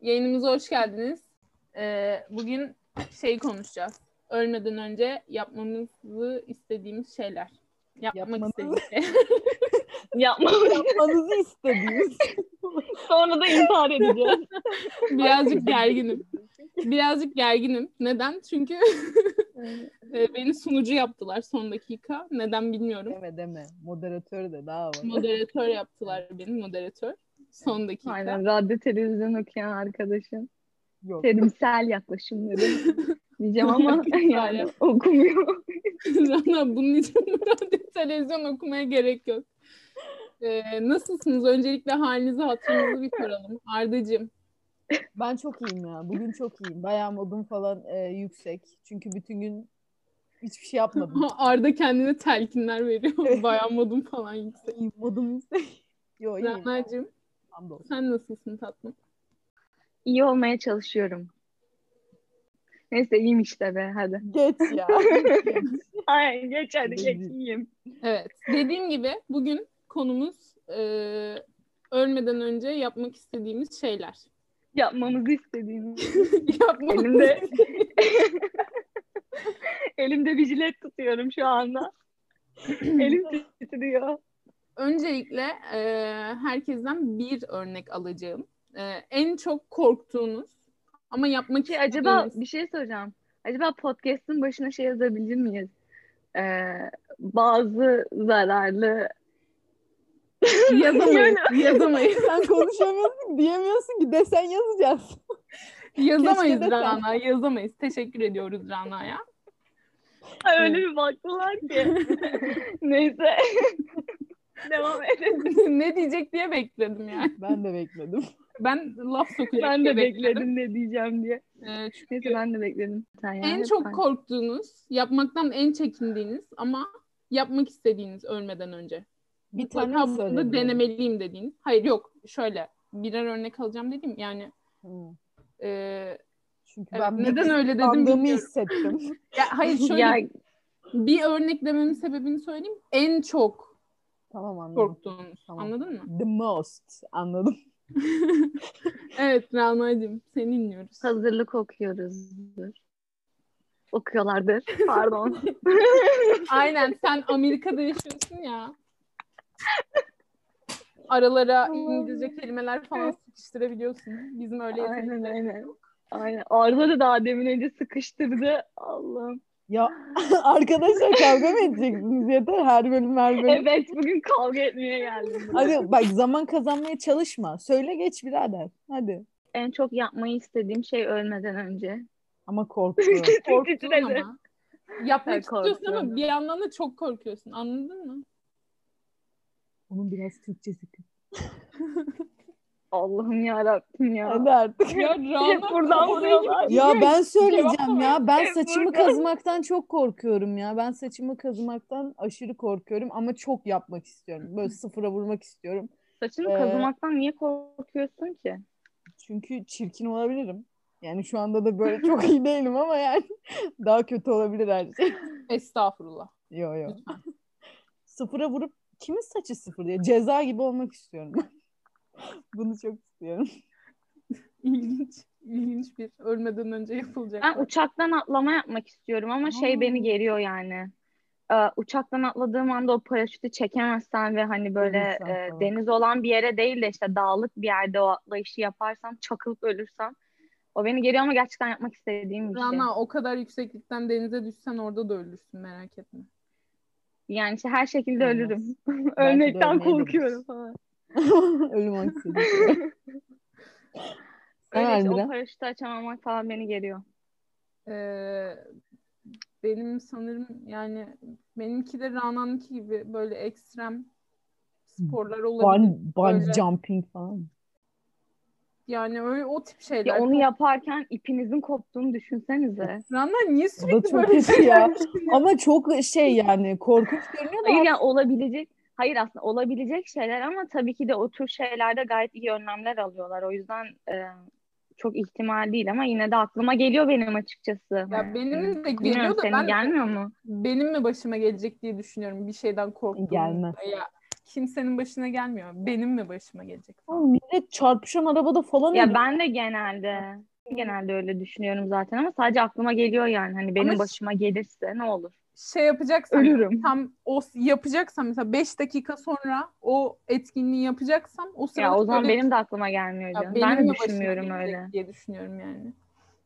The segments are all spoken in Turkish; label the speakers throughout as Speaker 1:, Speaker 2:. Speaker 1: Yayınımıza hoş geldiniz. Ee, bugün şey konuşacağız. Ölmeden önce yapmamızı istediğimiz şeyler. Yapmak
Speaker 2: Yapmanız-
Speaker 1: istediğimiz şey. şeyler.
Speaker 3: Yapmam.
Speaker 2: Yapmanızı istediğiniz.
Speaker 3: Sonra da intihar edeceğim.
Speaker 1: Birazcık gerginim. Birazcık gerginim. Neden? Çünkü e, beni sunucu yaptılar son dakika. Neden bilmiyorum.
Speaker 2: deme deme. Moderatör de daha var.
Speaker 1: Moderatör yaptılar beni, moderatör. Son dakika.
Speaker 3: Aynen radyo televizyon okuyan arkadaşım.
Speaker 2: Yok.
Speaker 1: Şey-
Speaker 3: Terimsel yaklaşımları diyeceğim ama yani okumuyor.
Speaker 1: Rana bunun için radyo televizyon okumaya gerek yok. Ee, nasılsınız? Öncelikle halinizi hatırınızı bir soralım. Ardacığım.
Speaker 2: Ben çok iyiyim ya. Bugün çok iyiyim. Bayağı modum falan e, yüksek. Çünkü bütün gün hiçbir şey yapmadım.
Speaker 1: Arda kendine telkinler veriyor. Bayağı modum falan yüksek.
Speaker 2: İyiyim, modum yüksek. Yo iyiyim.
Speaker 1: Rana'cığım
Speaker 2: Hamdolsun.
Speaker 1: sen nasılsın tatlım?
Speaker 3: İyi olmaya çalışıyorum. Neyse iyiyim işte be hadi.
Speaker 2: Geç ya.
Speaker 3: Ay geç hadi
Speaker 2: geç,
Speaker 3: iyiyim.
Speaker 1: Evet. Dediğim gibi bugün konumuz e, ölmeden önce yapmak istediğimiz şeyler.
Speaker 3: Yapmamızı istediğim.
Speaker 1: Yapmak
Speaker 3: Elimde elimde bir jilet tutuyorum şu anda. Elim titriyor.
Speaker 1: Öncelikle e, herkesten bir örnek alacağım. E, en çok korktuğunuz ama yapmak
Speaker 3: Şey, acaba
Speaker 1: istemediğiniz-
Speaker 3: bir şey soracağım. Acaba podcast'ın başına şey yazabilir miyiz? Ee, bazı zararlı
Speaker 1: yazamayız, yazamayız,
Speaker 2: Sen konuşamıyorsun diyemiyorsun ki desen yazacağız.
Speaker 1: yazamayız
Speaker 2: Keşke de sen-
Speaker 1: Rana, yazamayız. Teşekkür ediyoruz Rana'ya.
Speaker 3: Ay,
Speaker 1: öyle
Speaker 3: bir baktılar ki. Neyse. Devam edelim.
Speaker 1: ne diyecek diye bekledim yani.
Speaker 2: Ben de bekledim.
Speaker 1: Ben laf sokacak
Speaker 3: Ben
Speaker 1: diye
Speaker 3: de bekledim ne diyeceğim diye.
Speaker 2: Ee,
Speaker 1: E, çünkü
Speaker 3: Neyse ben de bekledim. Sen
Speaker 1: en
Speaker 3: yani
Speaker 1: çok
Speaker 3: sen-
Speaker 1: korktuğunuz, yapmaktan en çekindiğiniz ama yapmak istediğiniz ölmeden önce.
Speaker 2: Bir tane
Speaker 1: Mutlaka
Speaker 2: mi
Speaker 1: bunu
Speaker 2: söyledim?
Speaker 1: denemeliyim dediğiniz. Hayır yok şöyle birer örnek alacağım dedim yani.
Speaker 2: Hı.
Speaker 1: e,
Speaker 2: Çünkü
Speaker 1: Evet,
Speaker 2: ben
Speaker 1: neden öyle dedim
Speaker 2: Andığımı
Speaker 1: bilmiyorum.
Speaker 2: hissettim.
Speaker 1: Ya hayır şöyle
Speaker 3: Ya,
Speaker 1: bir örnek dememin sebebini söyleyeyim. En çok
Speaker 2: tamam anladım.
Speaker 1: korktuğunuz.
Speaker 2: Tamam.
Speaker 1: Anladın mı?
Speaker 2: The most. Anladım.
Speaker 1: Evet Rana'cığım seni dinliyoruz.
Speaker 3: hazırlık okuyoruzdur. Okuyorlardır. Pardon.
Speaker 1: Aynen sen Amerika'da yaşıyorsun ya. Aralara İngilizce kelimeler falan sıkıştırabiliyorsun. Bizim öyle
Speaker 3: aynen
Speaker 1: yeteneklerimiz
Speaker 3: aynen. Aynen. Arda da daha demin önce sıkıştırdı. Allah'ım.
Speaker 2: Ya arkadaşlar kavga mı edeceksiniz yeter her bölüm her bölüm.
Speaker 3: Evet bugün kavga etmeye geldim.
Speaker 2: Hadi bak zaman kazanmaya çalışma. Söyle geç birader. Hadi.
Speaker 3: En çok yapmayı istediğim şey ölmeden önce.
Speaker 2: Ama korkuyorum.
Speaker 1: Korktun
Speaker 3: Titredi.
Speaker 1: ama. Yapmak
Speaker 3: Ben
Speaker 1: istiyorsun ama
Speaker 3: korkuyorum.
Speaker 1: bir yandan da çok korkuyorsun. Anladın mı?
Speaker 2: Onun biraz Türkçesi kız.
Speaker 3: Allah'ım ya Rabbim ya.
Speaker 2: Hadi artık.
Speaker 1: Ya Rana
Speaker 3: Hep buradan vuruyorlar.
Speaker 2: Ya ben söyleyeceğim
Speaker 1: Cevap
Speaker 2: ya. Ben
Speaker 3: Hep
Speaker 2: saçımı
Speaker 3: buradan.
Speaker 2: kazımaktan çok korkuyorum ya. Ben saçımı kazımaktan aşırı korkuyorum ama çok yapmak istiyorum. Böyle sıfıra vurmak istiyorum.
Speaker 3: Saçını
Speaker 2: Ee,
Speaker 3: kazımaktan niye korkuyorsun ki?
Speaker 2: Çünkü çirkin olabilirim. Yani şu anda da böyle çok iyi değilim ama yani daha kötü olabilir her şey.
Speaker 1: estağfurullah.
Speaker 2: Yo yo.
Speaker 1: Lütfen.
Speaker 2: Sıfıra vurup kimin saçı sıfır diye ceza gibi olmak istiyorum. Bunu çok istiyorum.
Speaker 1: İlginç. ilginç bir ölmeden önce yapılacak.
Speaker 3: Ben uçaktan atlama yapmak istiyorum ama şey
Speaker 2: Aa.
Speaker 3: beni geriyor yani. Ee, uçaktan atladığım anda o paraşütü çekemezsen ve hani böyle
Speaker 2: Ölürsen
Speaker 3: e,
Speaker 2: falan.
Speaker 3: deniz olan bir yere değil de işte dağlık bir yerde o atlayışı yaparsam çakılıp ölürsem o beni geriyor ama gerçekten yapmak istediğim bir şey.
Speaker 1: Rana o kadar yükseklikten denize düşsen orada da ölürsün merak etme.
Speaker 3: şey. Yani işte her şekilde
Speaker 2: Olmaz.
Speaker 3: ölürüm.
Speaker 2: de
Speaker 3: Ölmekten
Speaker 2: ölmeyebiliriz.
Speaker 3: korkuyorum falan.
Speaker 2: Ölüm şey. anksiyetesi.
Speaker 3: Öyle işte, o
Speaker 2: Harbiden.
Speaker 3: paraşütü açamamak falan beni geriyor.
Speaker 1: Ee, benim sanırım yani benimki de Rana'nınki gibi böyle ekstrem sporlar
Speaker 2: Hmm.
Speaker 1: olabilir.
Speaker 2: Bun, bungee
Speaker 1: Öyle.
Speaker 2: jumping falan.
Speaker 1: Yani öyle o tip şeyler.
Speaker 3: Ya onu yaparken ipinizin koptuğunu düşünsenize.
Speaker 1: Rana niye
Speaker 2: O da
Speaker 1: sürekli
Speaker 2: çok
Speaker 1: böyle
Speaker 2: kötü
Speaker 1: şeyler
Speaker 2: ya.
Speaker 1: düşünüyorsun?
Speaker 2: Ama çok şey yani korkunç görünüyor da
Speaker 3: Hayır ya olabilecek hayır aslında olabilecek şeyler ama tabii ki de o tür şeylerde gayet iyi önlemler alıyorlar. O yüzden e, çok ihtimal değil ama yine de aklıma geliyor benim açıkçası. Hani,
Speaker 1: Ya benim de
Speaker 3: Bilmiyorum
Speaker 1: geliyor da
Speaker 3: senin
Speaker 1: ben
Speaker 3: gelmiyor mu?
Speaker 1: benim mi başıma gelecek diye düşünüyorum bir şeyden korktuğum.
Speaker 2: Gelmez.
Speaker 1: Ya, kimsenin başına gelmiyor. Benim mi başıma gelecek?
Speaker 2: Oğlum millet çarpışan arabada falan
Speaker 3: Ya
Speaker 2: ölüyor.
Speaker 3: ben de genelde genelde öyle düşünüyorum zaten ama sadece aklıma geliyor yani. Hani benim
Speaker 1: Ama-
Speaker 3: başıma gelirse ne olur?
Speaker 1: Şey yapacaksam
Speaker 3: Ölürüm.
Speaker 1: tam o yapacaksam mesela 5 dakika sonra o etkinliği yapacaksam o sırada
Speaker 3: Ya o zaman
Speaker 1: böyle-
Speaker 3: benim de aklıma gelmiyor
Speaker 1: Ya
Speaker 3: canım.
Speaker 1: benim
Speaker 3: Ben
Speaker 1: mi
Speaker 3: de
Speaker 1: başıma
Speaker 3: düşünmüyorum
Speaker 1: gelecek
Speaker 3: öyle.
Speaker 1: diye düşünüyorum yani.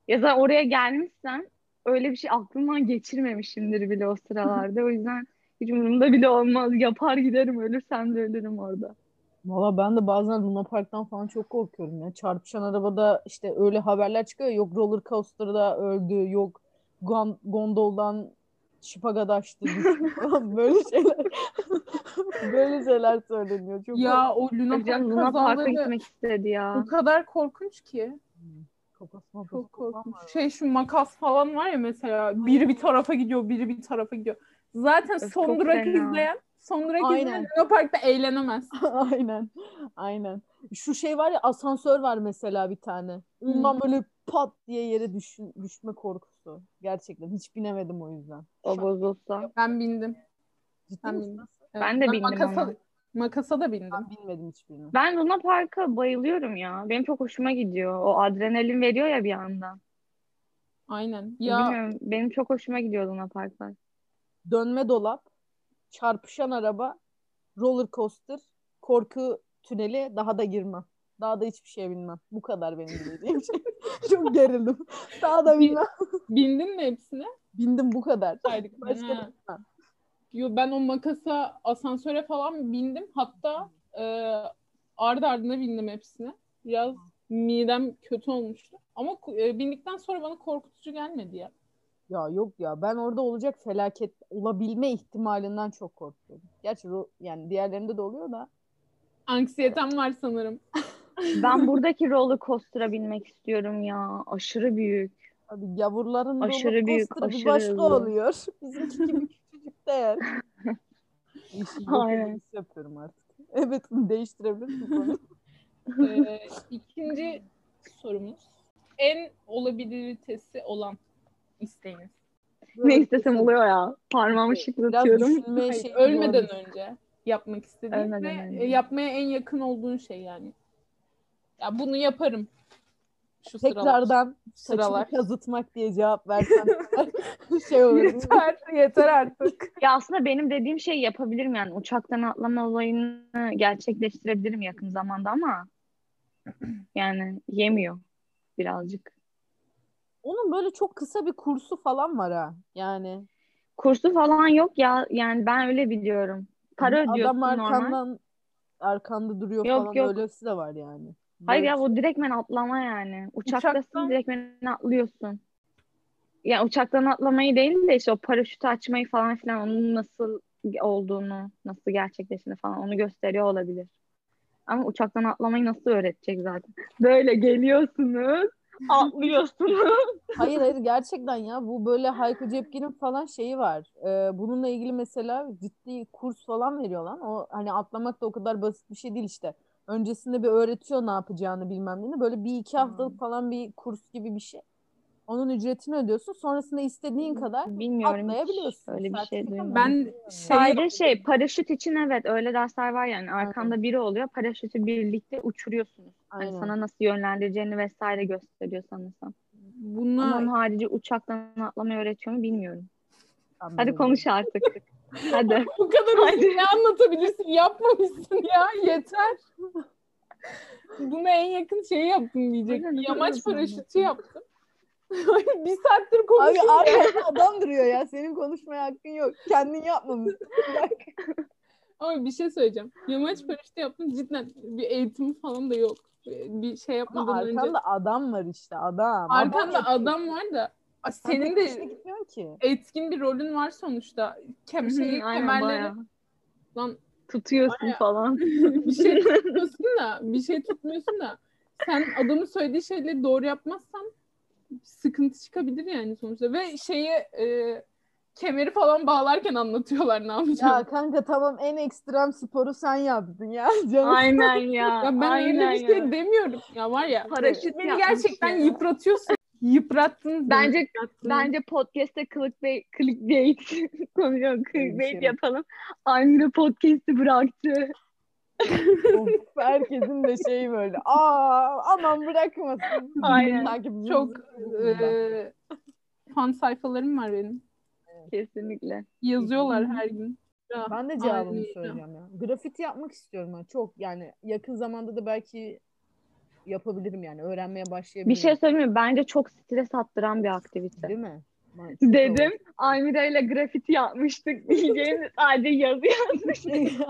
Speaker 3: Ya da oraya gelmişsem öyle bir şey aklımdan geçirmemişimdir bile o sıralarda. O yüzden hiç umurumda bile olmaz. Yapar giderim ölürsem de ölürüm orada.
Speaker 2: Valla ben de bazen Luna Park'tan falan çok korkuyorum ya. Çarpışan arabada işte öyle haberler çıkıyor. ya, Yok roller coaster'da öldü, yok gon- gondoldan şıpagadaştı düştü falan böyle şeyler. böyle şeyler söyleniyor. Çok
Speaker 1: Ya o Luna
Speaker 3: Tabii canım
Speaker 1: Park
Speaker 3: Luna Park'a
Speaker 1: kazaları
Speaker 3: gitmek istedi ya.
Speaker 1: o kadar korkunç ki.
Speaker 2: kafasına
Speaker 1: Çok korkunç. Şey şu makas falan var ya mesela biri bir tarafa gidiyor, biri bir tarafa gidiyor. Zaten
Speaker 3: Öf,
Speaker 1: son
Speaker 3: çok
Speaker 1: durak
Speaker 3: fena.
Speaker 1: izleyen, son durak
Speaker 2: Aynen.
Speaker 1: izleyen Luna Park'ta eğlenemez.
Speaker 2: Aynen. Aynen. Şu şey var ya asansör var mesela bir tane. Ondan böyle pat diye yere düş düşme korkusu. Gerçekten hiç binemedim o yüzden.
Speaker 3: O bozulsa.
Speaker 1: Ben bindim.
Speaker 2: Ciddi
Speaker 1: Ben
Speaker 2: misin?
Speaker 1: bindim.
Speaker 3: Ben de bindim
Speaker 1: Makasa,
Speaker 3: ama.
Speaker 1: makasa da bindim.
Speaker 2: Ben binmedim hiçbirine.
Speaker 3: Ben Luna Park'a bayılıyorum ya. Benim çok hoşuma gidiyor. O adrenalin veriyor ya bir yandan.
Speaker 1: Aynen. Ya
Speaker 3: Bilmiyorum. Benim çok hoşuma gidiyor Luna Park'lar.
Speaker 2: Dönme dolap, çarpışan araba, roller coaster, korku tüneli daha da girmem. Daha da hiçbir şey bilmem. Bu kadar benim bildiğim şey. Çok gerildim. Daha da bilmem.
Speaker 1: bindin mi hepsine?
Speaker 2: Bindim bu kadar.
Speaker 1: Saydık.
Speaker 2: Başka
Speaker 1: Ha.
Speaker 2: bilmem.
Speaker 1: Yo, ben o makasa asansöre falan bindim. Hatta e, ardı ardına bindim hepsine. Biraz midem kötü olmuştu. Ama ku- e, bindikten sonra bana korkutucu gelmedi ya.
Speaker 2: Ya yok ya ben orada olacak felaket olabilme ihtimalinden çok korkuyorum. Gerçi ro- yani diğerlerinde de oluyor da.
Speaker 1: Anksiyetem var sanırım.
Speaker 3: Ben buradaki roller coaster'a binmek istiyorum ya. Aşırı büyük.
Speaker 2: Abi yavruların roller
Speaker 3: Aşırı büyük,
Speaker 2: coaster'ı bir
Speaker 3: aşırı
Speaker 2: başka
Speaker 3: hızlı.
Speaker 2: oluyor. Bizimki gibi küçücük değil. İşi yok
Speaker 3: Aynen.
Speaker 2: edilmesi yapıyorum artık. Evet bunu değiştirebilir misin? konuyu?
Speaker 1: E, ikinci sorumuz. En olabilitesi olan isteğiniz.
Speaker 3: Ne istesem
Speaker 2: şey
Speaker 3: oluyor ya. Parmağımı
Speaker 2: Biraz
Speaker 3: şıklatıyorum.
Speaker 2: düşünmeye
Speaker 1: Hayır,
Speaker 2: şey
Speaker 1: ölmeden
Speaker 2: diyorum.
Speaker 1: önce yapmak istediğin
Speaker 3: Ölmeden
Speaker 1: ve
Speaker 3: önce.
Speaker 1: e, yapmaya en yakın olduğun şey yani. Ya bunu yaparım. Şu sıralar.
Speaker 2: Tekrardan saçını
Speaker 1: sıralar.
Speaker 2: kazıtmak diye cevap versem şey olur.
Speaker 1: Yeter, yeter artık.
Speaker 3: Ya aslında benim dediğim şeyi yapabilirim yani. Uçaktan atlama olayını gerçekleştirebilirim yakın zamanda ama yani yemiyor birazcık.
Speaker 2: Onun böyle çok kısa bir kursu falan var ha. Yani
Speaker 3: Kursu falan yok ya. Yani ben öyle biliyorum. Para
Speaker 2: Adam
Speaker 3: ödüyorsun normal.
Speaker 2: arkandan arkanda duruyor
Speaker 3: Yok,
Speaker 2: falan
Speaker 3: yok.
Speaker 2: öylesi de var yani.
Speaker 3: Hayır
Speaker 2: Böyle
Speaker 3: ya bu direktmen atlama yani. Uçaktasın
Speaker 1: Uçaktan-
Speaker 3: direktmen atlıyorsun. Ya uçaktan atlamayı değil de işte o paraşütü açmayı falan filan onun nasıl olduğunu, nasıl gerçekleştiğini falan onu gösteriyor olabilir. Ama uçaktan atlamayı nasıl öğretecek zaten? Böyle geliyorsunuz, atlıyorsunuz.
Speaker 2: Hayır hayır gerçekten ya bu böyle Hayko Cepkin'in falan şeyi var. Ee, bununla ilgili mesela ciddi kurs falan veriyor lan. O hani atlamak da o kadar basit bir şey değil işte. Öncesinde bir öğretiyor ne yapacağını bilmem ne. Böyle bir iki
Speaker 3: Hmm.
Speaker 2: haftalık falan bir kurs gibi bir şey. Onun ücretini ödüyorsun. Sonrasında istediğin kadar
Speaker 3: Bilmiyorum hiç
Speaker 2: atlayabiliyorsun.
Speaker 3: öyle bir şey
Speaker 2: Sertifika mı?
Speaker 3: duymadım.
Speaker 1: Ben şey
Speaker 3: Sadece şey paraşüt için evet öyle dersler var yani arkanda biri oluyor paraşütü birlikte uçuruyorsunuz. Hani
Speaker 2: Aynen.
Speaker 3: sana nasıl yönlendireceğini vesaire gösteriyor sanırsam. Ama onun
Speaker 1: buna
Speaker 3: harici uçaktan atlamayı öğretiyor mu bilmiyorum. Hadi
Speaker 2: Anladım.
Speaker 3: konuş artık. Hadi.
Speaker 1: bu kadar
Speaker 3: Hadi.
Speaker 1: uzun ne anlatabilirsin? Yapmamışsın ya yeter. Buna en yakın şeyi yaptım diyecek.
Speaker 3: Aynen, ne kadar
Speaker 1: Yamaç
Speaker 3: uzun
Speaker 1: paraşütü
Speaker 3: anlattın.
Speaker 1: yaptım. bir saattir
Speaker 2: Abi
Speaker 1: konuşuyorum.
Speaker 2: arkada adam duruyor ya. Senin konuşmaya hakkın yok. Kendin yapmamışsın. Bak.
Speaker 1: Ama bir şey söyleyeceğim. Yamaç paraşütü yaptım cidden. Bir eğitim falan da yok. Bir şey
Speaker 2: Ama
Speaker 1: yapmadan önce.
Speaker 2: arkanda adam var işte adam.
Speaker 1: Arkanda
Speaker 2: yapıyor.
Speaker 1: adam var da a,
Speaker 2: Sen
Speaker 1: senin
Speaker 2: tek başına
Speaker 1: de
Speaker 2: gitmiyorsun ki.
Speaker 1: etkin bir rolün var sonuçta. Kem şeyi,
Speaker 3: Aynen
Speaker 1: kemerleri
Speaker 3: bayağı.
Speaker 1: Lan
Speaker 3: Tutuyorsun falan.
Speaker 1: bir şey tutmuyorsun da bir şey tutmuyorsun da sen adamın söylediği şeyleri doğru yapmazsan sıkıntı çıkabilir yani sonuçta ve şeyi e, kemeri falan bağlarken anlatıyorlar ne
Speaker 2: Ya
Speaker 1: yapacağım.
Speaker 2: kanka tamam en ekstrem sporu sen yaptın ya. Canım.
Speaker 3: Aynen ya.
Speaker 1: Ya ben
Speaker 3: aynen
Speaker 1: öyle bir şey
Speaker 3: ya.
Speaker 1: demiyorum ya var ya.
Speaker 3: Paraşüt
Speaker 1: beni
Speaker 3: yapmış
Speaker 1: gerçekten
Speaker 3: ya.
Speaker 1: yıpratıyorsun. Yıprattınız. beni,
Speaker 3: Bence-
Speaker 1: yıprattınız.
Speaker 3: Bence podcast'te clickbait, clickbait konuşalım. Clickbait
Speaker 2: Konuşalım.
Speaker 3: yapalım. Aynı podcast'i bıraktı.
Speaker 2: Of, herkesin de şeyi böyle. Aa aman bırakmasın.
Speaker 3: Aynen.
Speaker 2: Takipçimiz
Speaker 1: çok
Speaker 2: var.
Speaker 1: e, fan sayfalarım var benim.
Speaker 3: Kesinlikle.
Speaker 1: Yazıyorlar her gün.
Speaker 2: Ben de cevabımı söyleyeceğim ya. Grafiti yapmak istiyorum ben. Çok yani yakın zamanda da belki yapabilirim yani. Öğrenmeye başlayabilirim.
Speaker 3: Bir şey söyleyeyim mi? Bence çok stres attıran bir aktivite.
Speaker 2: Değil mi? Ben çok
Speaker 3: Dedim. Amira ile grafiti yapmıştık diyeceğim. Sadece yazı yazmış.
Speaker 2: Grafiti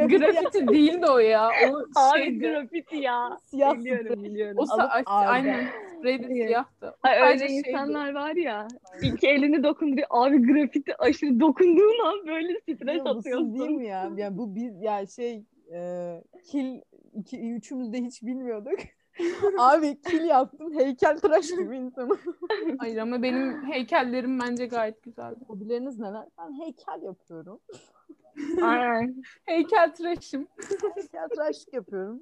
Speaker 2: yap-
Speaker 1: Grafiti değil de o ya. O
Speaker 3: Abi
Speaker 1: şeydi.
Speaker 3: grafiti ya.
Speaker 2: siyah
Speaker 3: Biliyorum
Speaker 2: sprey.
Speaker 3: biliyorum.
Speaker 1: O sa-
Speaker 2: Alıp ağırdı.
Speaker 1: aynen. Spreydi
Speaker 3: Evet.
Speaker 1: siyahtı. O
Speaker 3: Ay,
Speaker 1: sadece
Speaker 3: öyle şey
Speaker 1: şeydi.
Speaker 3: insanlar var ya. İki elini dokunduruyor. Abi grafiti aşırı dokunduğun an böyle
Speaker 2: Ya bu
Speaker 3: stres
Speaker 2: siz değil
Speaker 3: atıyorsun.
Speaker 2: mi ya? Yani bu biz yani şey e, kil iki, üçümüz de hiç bilmiyorduk. Abi kil yaptım heykel tıraş gibi insanım.
Speaker 1: Hayır ama benim heykellerim bence gayet güzeldi.
Speaker 2: Hobileriniz neler? Ben heykel yapıyorum.
Speaker 3: Aynen.
Speaker 1: Heykel tıraşım.
Speaker 2: Heykel tıraşlık yapıyorum.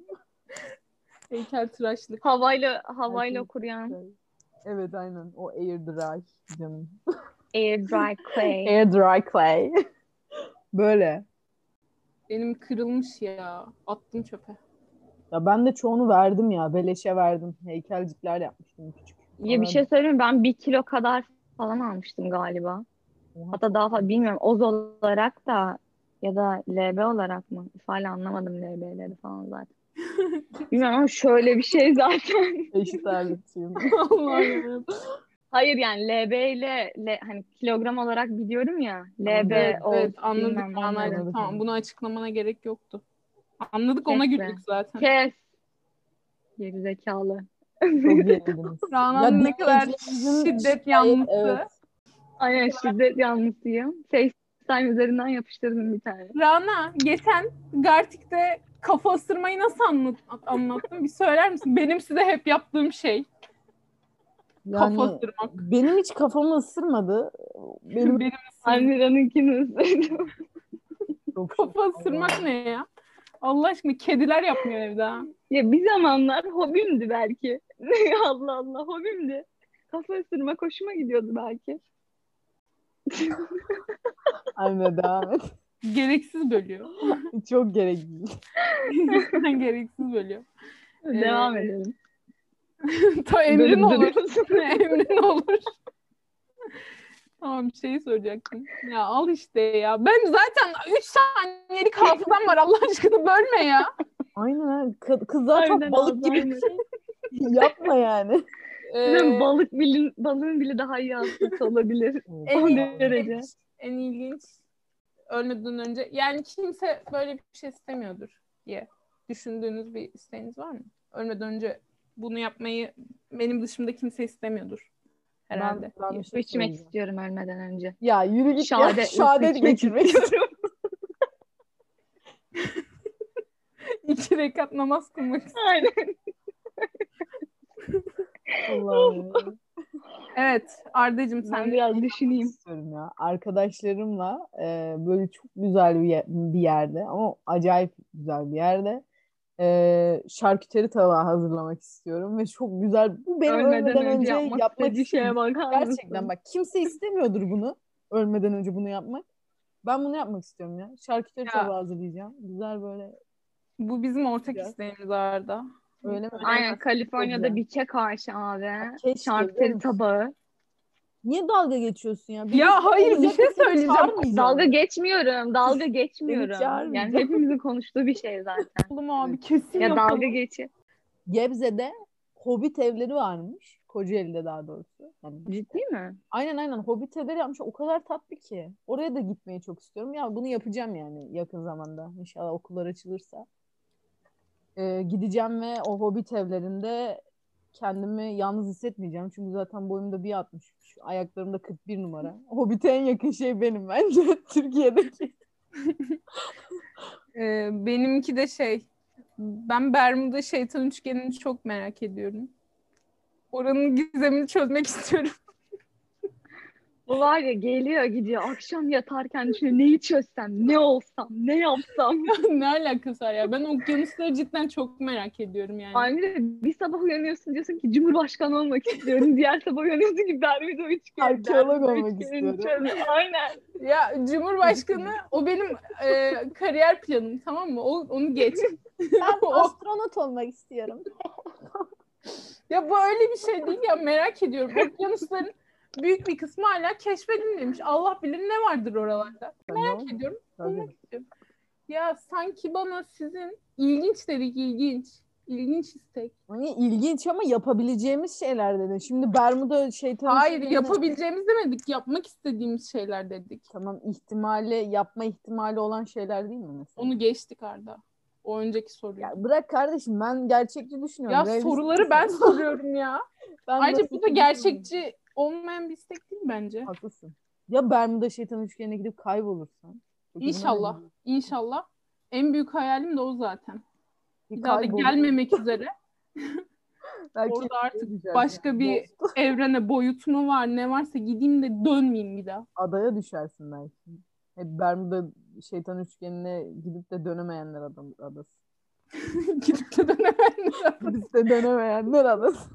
Speaker 1: Heykel tıraşlık.
Speaker 3: Havayla, havayla
Speaker 2: Herkes-
Speaker 3: kuruyan
Speaker 2: Evet aynen o air dry canım.
Speaker 3: air dry clay.
Speaker 2: Air dry clay. Böyle.
Speaker 1: Benim kırılmış ya. Attım çöpe.
Speaker 2: Ya ben de çoğunu verdim ya. Beleşe verdim. Heykelcikler yapmıştım küçük.
Speaker 3: Ya bir şey söyleyeyim mi? Ben bir kilo kadar falan almıştım galiba.
Speaker 2: Oha.
Speaker 3: Hatta daha fazla bilmiyorum. Oz olarak da ya da LB olarak mı? Hala anlamadım LB'leri falan zaten. bilmiyorum ama şöyle bir şey zaten.
Speaker 2: Eşit ağırlıkçıyım.
Speaker 3: Ee,
Speaker 1: Allah'ım.
Speaker 3: Hayır yani LB ile le- hani kilogram olarak biliyorum ya. LB
Speaker 1: Evet,
Speaker 3: o
Speaker 1: evet anladık
Speaker 3: bilmem ne
Speaker 1: anladık.
Speaker 2: anladık.
Speaker 1: Tamam bunu açıklamana gerek yoktu. Anladık ona
Speaker 3: Neyse.
Speaker 1: güldük zaten.
Speaker 3: Kes. Gerizekalı.
Speaker 2: Çok gerildiniz.
Speaker 1: Rana'nın ne kadar
Speaker 2: dinleyicimizin
Speaker 1: şiddet
Speaker 2: şikayet-
Speaker 1: yanlısı.
Speaker 2: Evet.
Speaker 3: Aynen şiddet yanlısıyım. FaceTime üzerinden yapıştırdım bir tane.
Speaker 1: Rana geçen Gartik'te kafa ısırmayı nasıl anlat anlattın? Bir söyler misin? Benim size hep yaptığım şey.
Speaker 2: Yani
Speaker 1: kafa ısırmak.
Speaker 2: benim hiç kafamı ısırmadı. Benim
Speaker 1: Benim
Speaker 3: Almira'nınkini ısırdım.
Speaker 2: çok
Speaker 1: kafa ısırmak ne ya? Allah aşkına kediler yapmıyor evde ha.
Speaker 3: ya bir zamanlar hobimdi belki. Allah Allah hobimdi. Kafa ısırmak hoşuma gidiyordu belki.
Speaker 2: Aynen devam et.
Speaker 1: Gereksiz bölüyor.
Speaker 2: Çok gerekli.
Speaker 1: Gerçekten gereksiz bölüyor.
Speaker 3: Devam
Speaker 1: Ee,
Speaker 3: edelim.
Speaker 1: Ta emrin olur.
Speaker 3: Dönüyoruz.
Speaker 1: emrin olur. tamam bir şey soracaktım. Ya al işte ya. Ben zaten 3 saniyelik hafızam var Allah aşkına bölme ya.
Speaker 2: Aynen ha. Kı- Kızlar çok
Speaker 3: Aynen,
Speaker 2: balık gibi
Speaker 3: Alzheimer.
Speaker 2: bir şey. Yapma yani.
Speaker 1: Ee,
Speaker 3: balık bilin, balığın bile daha iyi hafif olabilir.
Speaker 1: en,
Speaker 3: on
Speaker 1: ilginç-
Speaker 3: derece.
Speaker 1: en ilginç ölmeden önce yani kimse böyle bir şey istemiyordur diye düşündüğünüz bir isteğiniz var mı? Ölmeden önce bunu yapmayı benim dışımda kimse istemiyordur herhalde.
Speaker 2: Ben- ben-
Speaker 3: Su içmek istiyorum ölmeden önce.
Speaker 2: Ya yürü git ya.
Speaker 3: Şehadet-
Speaker 2: Şehadet
Speaker 3: içmek
Speaker 2: geçirmek
Speaker 1: İki rekat namaz kılmak istiyorum.
Speaker 3: Aynen.
Speaker 2: Allah'ım.
Speaker 1: Evet Arda'cığım sen
Speaker 3: Ben biraz düşüneyim.
Speaker 2: şey istiyorum ya. Arkadaşlarımla e, böyle çok güzel bir, ye- bir yerde ama acayip güzel bir yerde e, şarküteri tabağı hazırlamak istiyorum ve çok güzel. Bu benim ölmeden, önce, yapmak
Speaker 3: istediği şey şeye
Speaker 2: istediğim.
Speaker 3: bakar
Speaker 2: Gerçekten
Speaker 3: mısın?
Speaker 2: bak kimse istemiyordur bunu. Ölmeden önce bunu yapmak. Ben bunu yapmak istiyorum ya. Şarküteri
Speaker 1: Ya.
Speaker 2: tabağı hazırlayacağım. Güzel böyle.
Speaker 1: bu bizim ortak
Speaker 2: Ya.
Speaker 1: isteğimiz Arda.
Speaker 2: Öyle mi?
Speaker 3: Aynen Kaliforniya'da
Speaker 2: Tabii.
Speaker 3: biçe karşı abi.
Speaker 2: Keşke, biliyor
Speaker 3: Şarküteri
Speaker 2: musun?
Speaker 3: tabağı.
Speaker 2: Niye dalga geçiyorsun ya?
Speaker 1: Ya hayır, bir şey
Speaker 2: Seni
Speaker 1: söyleyeceğim.
Speaker 2: çağırmayacağım.
Speaker 3: Dalga geçmiyorum. Dalga geçmiyorum.
Speaker 2: çağırmayacağım.
Speaker 3: yani hepimizin konuştuğu bir şey zaten.
Speaker 1: Oğlum abi kesin
Speaker 3: ya
Speaker 1: yapalım.
Speaker 3: dalga geçi.
Speaker 2: Gebze'de hobbit evleri varmış. Kocaeli'de daha doğrusu. Hani Yani
Speaker 3: Ciddi mi?
Speaker 2: Aynen aynen hobbit evleri yapmış. O kadar tatlı ki. Oraya da gitmeyi çok istiyorum. Ya bunu yapacağım yani yakın zamanda. İnşallah okullar açılırsa. Ee, gideceğim ve o hobbit evlerinde kendimi yalnız hissetmeyeceğim. Çünkü zaten boyumda 1.63. Ayaklarımda 41 numara. Hobbit'e en yakın şey benim bence. Türkiye'deki.
Speaker 1: Ee, benimki de şey. Ben Bermuda şeytan üçgenini çok merak ediyorum. Oranın gizemini çözmek istiyorum.
Speaker 3: O var ya geliyor gidiyor. Akşam yatarken düşünüyor ne içiyorsam, ne olsam, ne yapsam.
Speaker 1: ne alakası var ya? Ben okyanusları cidden çok merak ediyorum yani.
Speaker 3: Aynı de bir sabah uyanıyorsun diyorsun ki Cumhurbaşkanı olmak istiyorum. Diğer sabah uyanıyorsun ki Dervidoviç
Speaker 2: Arkeolog olmak istiyorum.
Speaker 3: Aynen.
Speaker 1: Ya Cumhurbaşkanı o benim e, kariyer planım tamam mı? O, onu geç.
Speaker 4: Ben
Speaker 1: O-
Speaker 4: astronot olmak istiyorum.
Speaker 1: Ya bu öyle bir şey değil ya merak ediyorum. Okyanusların büyük bir kısmı hala keşfedilmemiş. Allah bilir ne vardır oralarda. Merak ediyorum.
Speaker 2: Tabii.
Speaker 1: Ya sanki bana sizin ilginç dedik ilginç. İlginç istek.
Speaker 2: Hani ilginç ama yapabileceğimiz şeyler dedin. Şimdi Bermuda şey şeytanı...
Speaker 1: Hayır yapabileceğimiz demedik. Yapmak istediğimiz şeyler dedik.
Speaker 2: Tamam ihtimali, yapma ihtimali olan şeyler değil mi mesela?
Speaker 1: Onu geçtik Arda. O önceki soruyu. Ya,
Speaker 2: Ya bırak kardeşim ben gerçekçi düşünüyorum. Realist
Speaker 1: soruları ben
Speaker 2: düşünüyorum.
Speaker 1: soruyorum ya.
Speaker 2: şey Ben şey
Speaker 1: Ayrıca
Speaker 2: basit
Speaker 1: bu da
Speaker 2: düşünüyorum.
Speaker 1: gerçekçi olmayan bir istek değil bence.
Speaker 2: Haklısın. Ya Bermuda şeytan üçgenine gidip kaybolursan?
Speaker 1: İnşallah. İnşallah. En büyük hayalim de o zaten.
Speaker 2: Bir
Speaker 1: Bir daha da
Speaker 2: kaybol-
Speaker 1: gelmemek üzere.
Speaker 2: Belki
Speaker 1: Orada artık
Speaker 2: güzel
Speaker 1: başka
Speaker 2: yani.
Speaker 1: bir-
Speaker 2: Dost-
Speaker 1: evrene boyut mu var ne varsa gideyim de dönmeyeyim bir daha.
Speaker 2: Adaya düşersin belki. Hep Bermuda şeytan üçgenine gidip de dönemeyenler adam, adası.
Speaker 1: Gidip de dönemem.
Speaker 2: Gidip de dönemeyenler adası.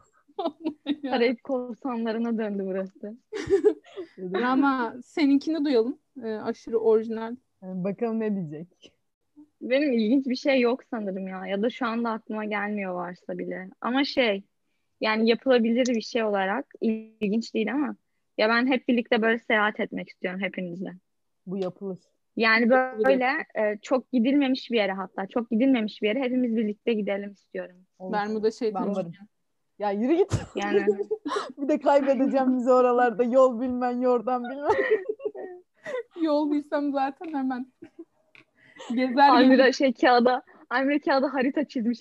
Speaker 3: Karayip korsanlarına döndü burası.
Speaker 1: Ama seninkini duyalım. Ee, aşırı orijinal.
Speaker 2: Yani bakalım ne diyecek.
Speaker 3: Benim ilginç bir şey yok sanırım ya. Ya da şu anda aklıma gelmiyor varsa bile. Ama şey yani yapılabilir bir şey olarak ilginç değil ama ya ben hep birlikte böyle seyahat etmek istiyorum hepinizle.
Speaker 2: Bu yapılır.
Speaker 3: Yani böyle e, çok gidilmemiş bir yere hatta çok gidilmemiş bir yere hepimiz birlikte gidelim istiyorum.
Speaker 2: Olur.
Speaker 1: Bermuda
Speaker 2: Ben
Speaker 1: şeytanı.
Speaker 2: varım. Ya yürü git.
Speaker 3: Yani
Speaker 2: Bir de kaybedeceğim bizi oralarda. Yol bilmen, yordan bilmen.
Speaker 1: Yol bilsem zaten hemen. Gezer yemin-
Speaker 3: Amira şey kağıda Amira kağıda harita çizmiş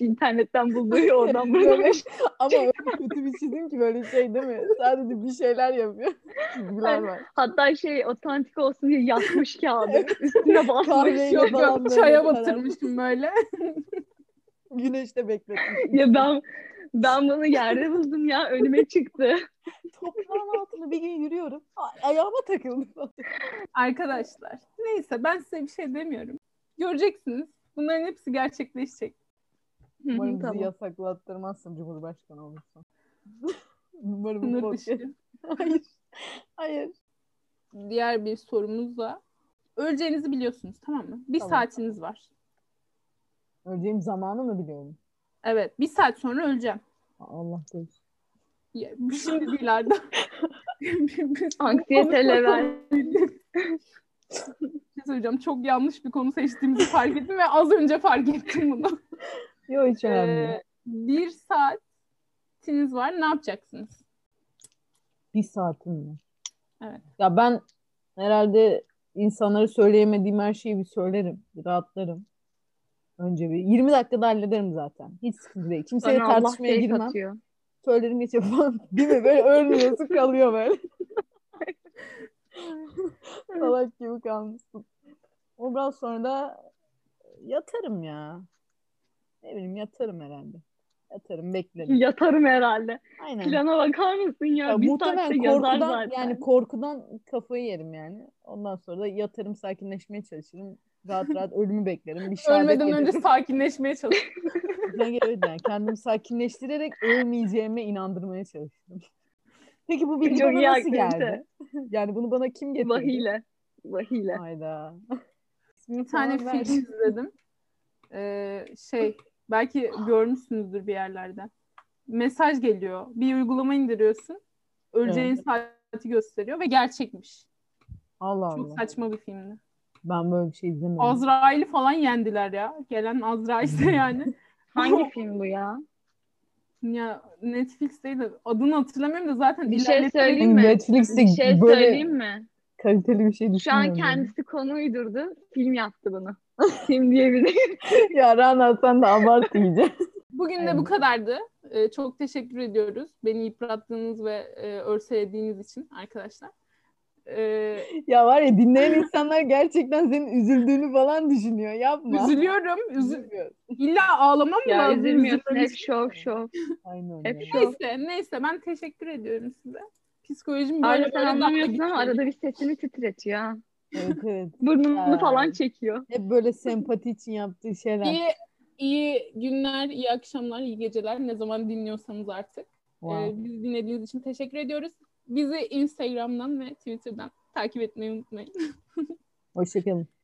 Speaker 3: internetten bulduğu oradan buraya.
Speaker 2: Ama öyle kötü bir çizim ki böyle şey değil mi? Sadece bir şeyler yapıyor. Çizgiler var.
Speaker 3: Hatta şey otantik olsun diye yakmış kağıdı. Üstüne basmış.
Speaker 2: Kahveyle
Speaker 1: Yok
Speaker 2: falan
Speaker 1: yok
Speaker 2: böyle
Speaker 1: çaya
Speaker 2: karar.
Speaker 1: batırmışım böyle.
Speaker 2: Güneşte bekletmiş.
Speaker 3: ya ben ben bunu yerde buldum ya önüme çıktı.
Speaker 2: Toprağın altında bir gün yürüyorum. A- Ayağıma takıldı falan.
Speaker 1: Arkadaşlar neyse ben size bir şey demiyorum. Göreceksiniz. Bunların hepsi gerçekleşecek.
Speaker 3: Hı hı,
Speaker 2: Umarım bizi
Speaker 3: tamam.
Speaker 2: yasaklattırmazsın Cumhurbaşkanı olursan. Umarım şey- bu
Speaker 1: Sınır
Speaker 2: podcast-
Speaker 1: dışı.
Speaker 2: Hayır. Hayır.
Speaker 1: Diğer bir sorumuz da öleceğinizi biliyorsunuz tamam mı? Bir
Speaker 2: Tamam.
Speaker 1: saatiniz var.
Speaker 2: Öleceğim zamanı mı biliyorum?
Speaker 1: Evet. Bir saat sonra öleceğim.
Speaker 2: Allah korusun.
Speaker 1: Ya,
Speaker 2: şey
Speaker 1: Şimdi değil Arda.
Speaker 3: Anksiyete level.
Speaker 1: Bir şey söyleyeceğim. Çok yanlış bir konu seçtiğimizi fark ettim ve az önce fark ettim bunu.
Speaker 2: Yok hiç önemli değil.
Speaker 1: Ee, bir saatiniz var. Ne yapacaksınız?
Speaker 2: Bir saatim mi?
Speaker 1: Evet.
Speaker 2: Ya ben herhalde insanlara söyleyemediğim her şeyi bir söylerim. Bir rahatlarım. Önce bir. 20 dakikada hallederim zaten. Hiç sıkıntı değil. Kimseyle
Speaker 3: Bana Allah şey
Speaker 2: tartışmaya
Speaker 3: keyif
Speaker 2: girmem.
Speaker 3: atıyor.
Speaker 2: Söylerim geçiyor falan. Değil mi? Böyle ölmüyorsun kalıyor böyle. Salak gibi kalmışsın. O biraz sonra da yatarım ya. Ne bileyim yatarım herhalde. Yatarım beklerim.
Speaker 3: Yatarım herhalde.
Speaker 2: Aynen.
Speaker 3: Plana bakar mısın ya?
Speaker 2: Ya
Speaker 3: bir
Speaker 2: muhtemelen
Speaker 3: saatte yazar
Speaker 2: korkudan
Speaker 3: zaten.
Speaker 2: yani korkudan kafayı yerim yani. Ondan sonra da yatarım sakinleşmeye çalışırım. Rahat rahat ölümü beklerim. Bir şerbet
Speaker 1: Ölmeden
Speaker 2: yedim.
Speaker 1: önce sakinleşmeye çalışın.
Speaker 2: Ben evet yani kendimi sakinleştirerek ölmeyeceğime inandırmaya çalıştım. Peki bu bilgi
Speaker 3: Çok
Speaker 2: bana
Speaker 3: iyi
Speaker 2: nasıl
Speaker 3: aktivite.
Speaker 2: geldi? Yani bunu bana kim getirdi?
Speaker 3: Vahile. Vahile.
Speaker 2: Hayda.
Speaker 1: Bir tane
Speaker 2: Tamam, ver.
Speaker 1: film izledim. Ee, şey belki görmüşsünüzdür bir yerlerden. Mesaj geliyor. Bir uygulama indiriyorsun. Öleceğin saati gösteriyor ve gerçekmiş.
Speaker 2: Allah
Speaker 1: Çok
Speaker 2: Allah.
Speaker 1: saçma bir filmdi.
Speaker 2: Ben böyle bir şey izlemedim.
Speaker 1: Azrail'i falan yendiler ya. Gelen Azrail'de yani.
Speaker 3: Hangi film bu ya?
Speaker 1: Ya Netflix'teydi. Adını hatırlamıyorum da zaten
Speaker 3: Bir şey
Speaker 1: ilerletmeye-
Speaker 3: söyleyeyim
Speaker 2: Yani
Speaker 3: mi?
Speaker 2: Netflix'te
Speaker 3: Bir şey
Speaker 2: böyle
Speaker 3: söyleyeyim mi?
Speaker 2: kaliteli bir şey
Speaker 3: Şu an
Speaker 2: düşünmüyorum.
Speaker 3: kendisi konu uydurdu. Film yaptı bunu. Film diyebilirim.
Speaker 2: ya Rana sen de abart iyice.
Speaker 1: Bugün de
Speaker 2: Aynen.
Speaker 1: bu kadardı. Ee, çok teşekkür ediyoruz. Beni yıprattığınız ve e, örselediğiniz için arkadaşlar. Ee,
Speaker 2: ya var ya dinleyen insanlar gerçekten senin üzüldüğünü falan düşünüyor. Yapma.
Speaker 1: üzülüyorum. Üzü...
Speaker 2: Üzülmüyor.
Speaker 1: İlla ağlamam mı
Speaker 3: ya
Speaker 1: lazım?
Speaker 3: üzülmüyorsun.
Speaker 1: Üzülmem
Speaker 3: Hep
Speaker 1: için.
Speaker 3: şov şov.
Speaker 2: Aynen
Speaker 3: Hep
Speaker 2: öyle.
Speaker 3: şov.
Speaker 1: Neyse, neyse ben teşekkür ediyorum size. Psikolojim böyle
Speaker 3: Arada
Speaker 1: böyle
Speaker 3: sen
Speaker 1: daha
Speaker 3: anlamıyorsun
Speaker 1: gitmedi.
Speaker 3: ama arada bir sesini titretiyor ha.
Speaker 2: Evet evet.
Speaker 3: Burnunu
Speaker 2: Ha.
Speaker 3: falan çekiyor.
Speaker 2: Hep böyle sempati için yaptığı şeyler.
Speaker 1: İyi, iyi günler, iyi akşamlar, iyi geceler. Ne zaman dinliyorsanız artık.
Speaker 2: Wow.
Speaker 1: Ee, bizi dinlediğiniz için teşekkür ediyoruz. Bizi Instagram'dan ve Twitter'dan takip etmeyi unutmayın.
Speaker 2: Hoşçakalın.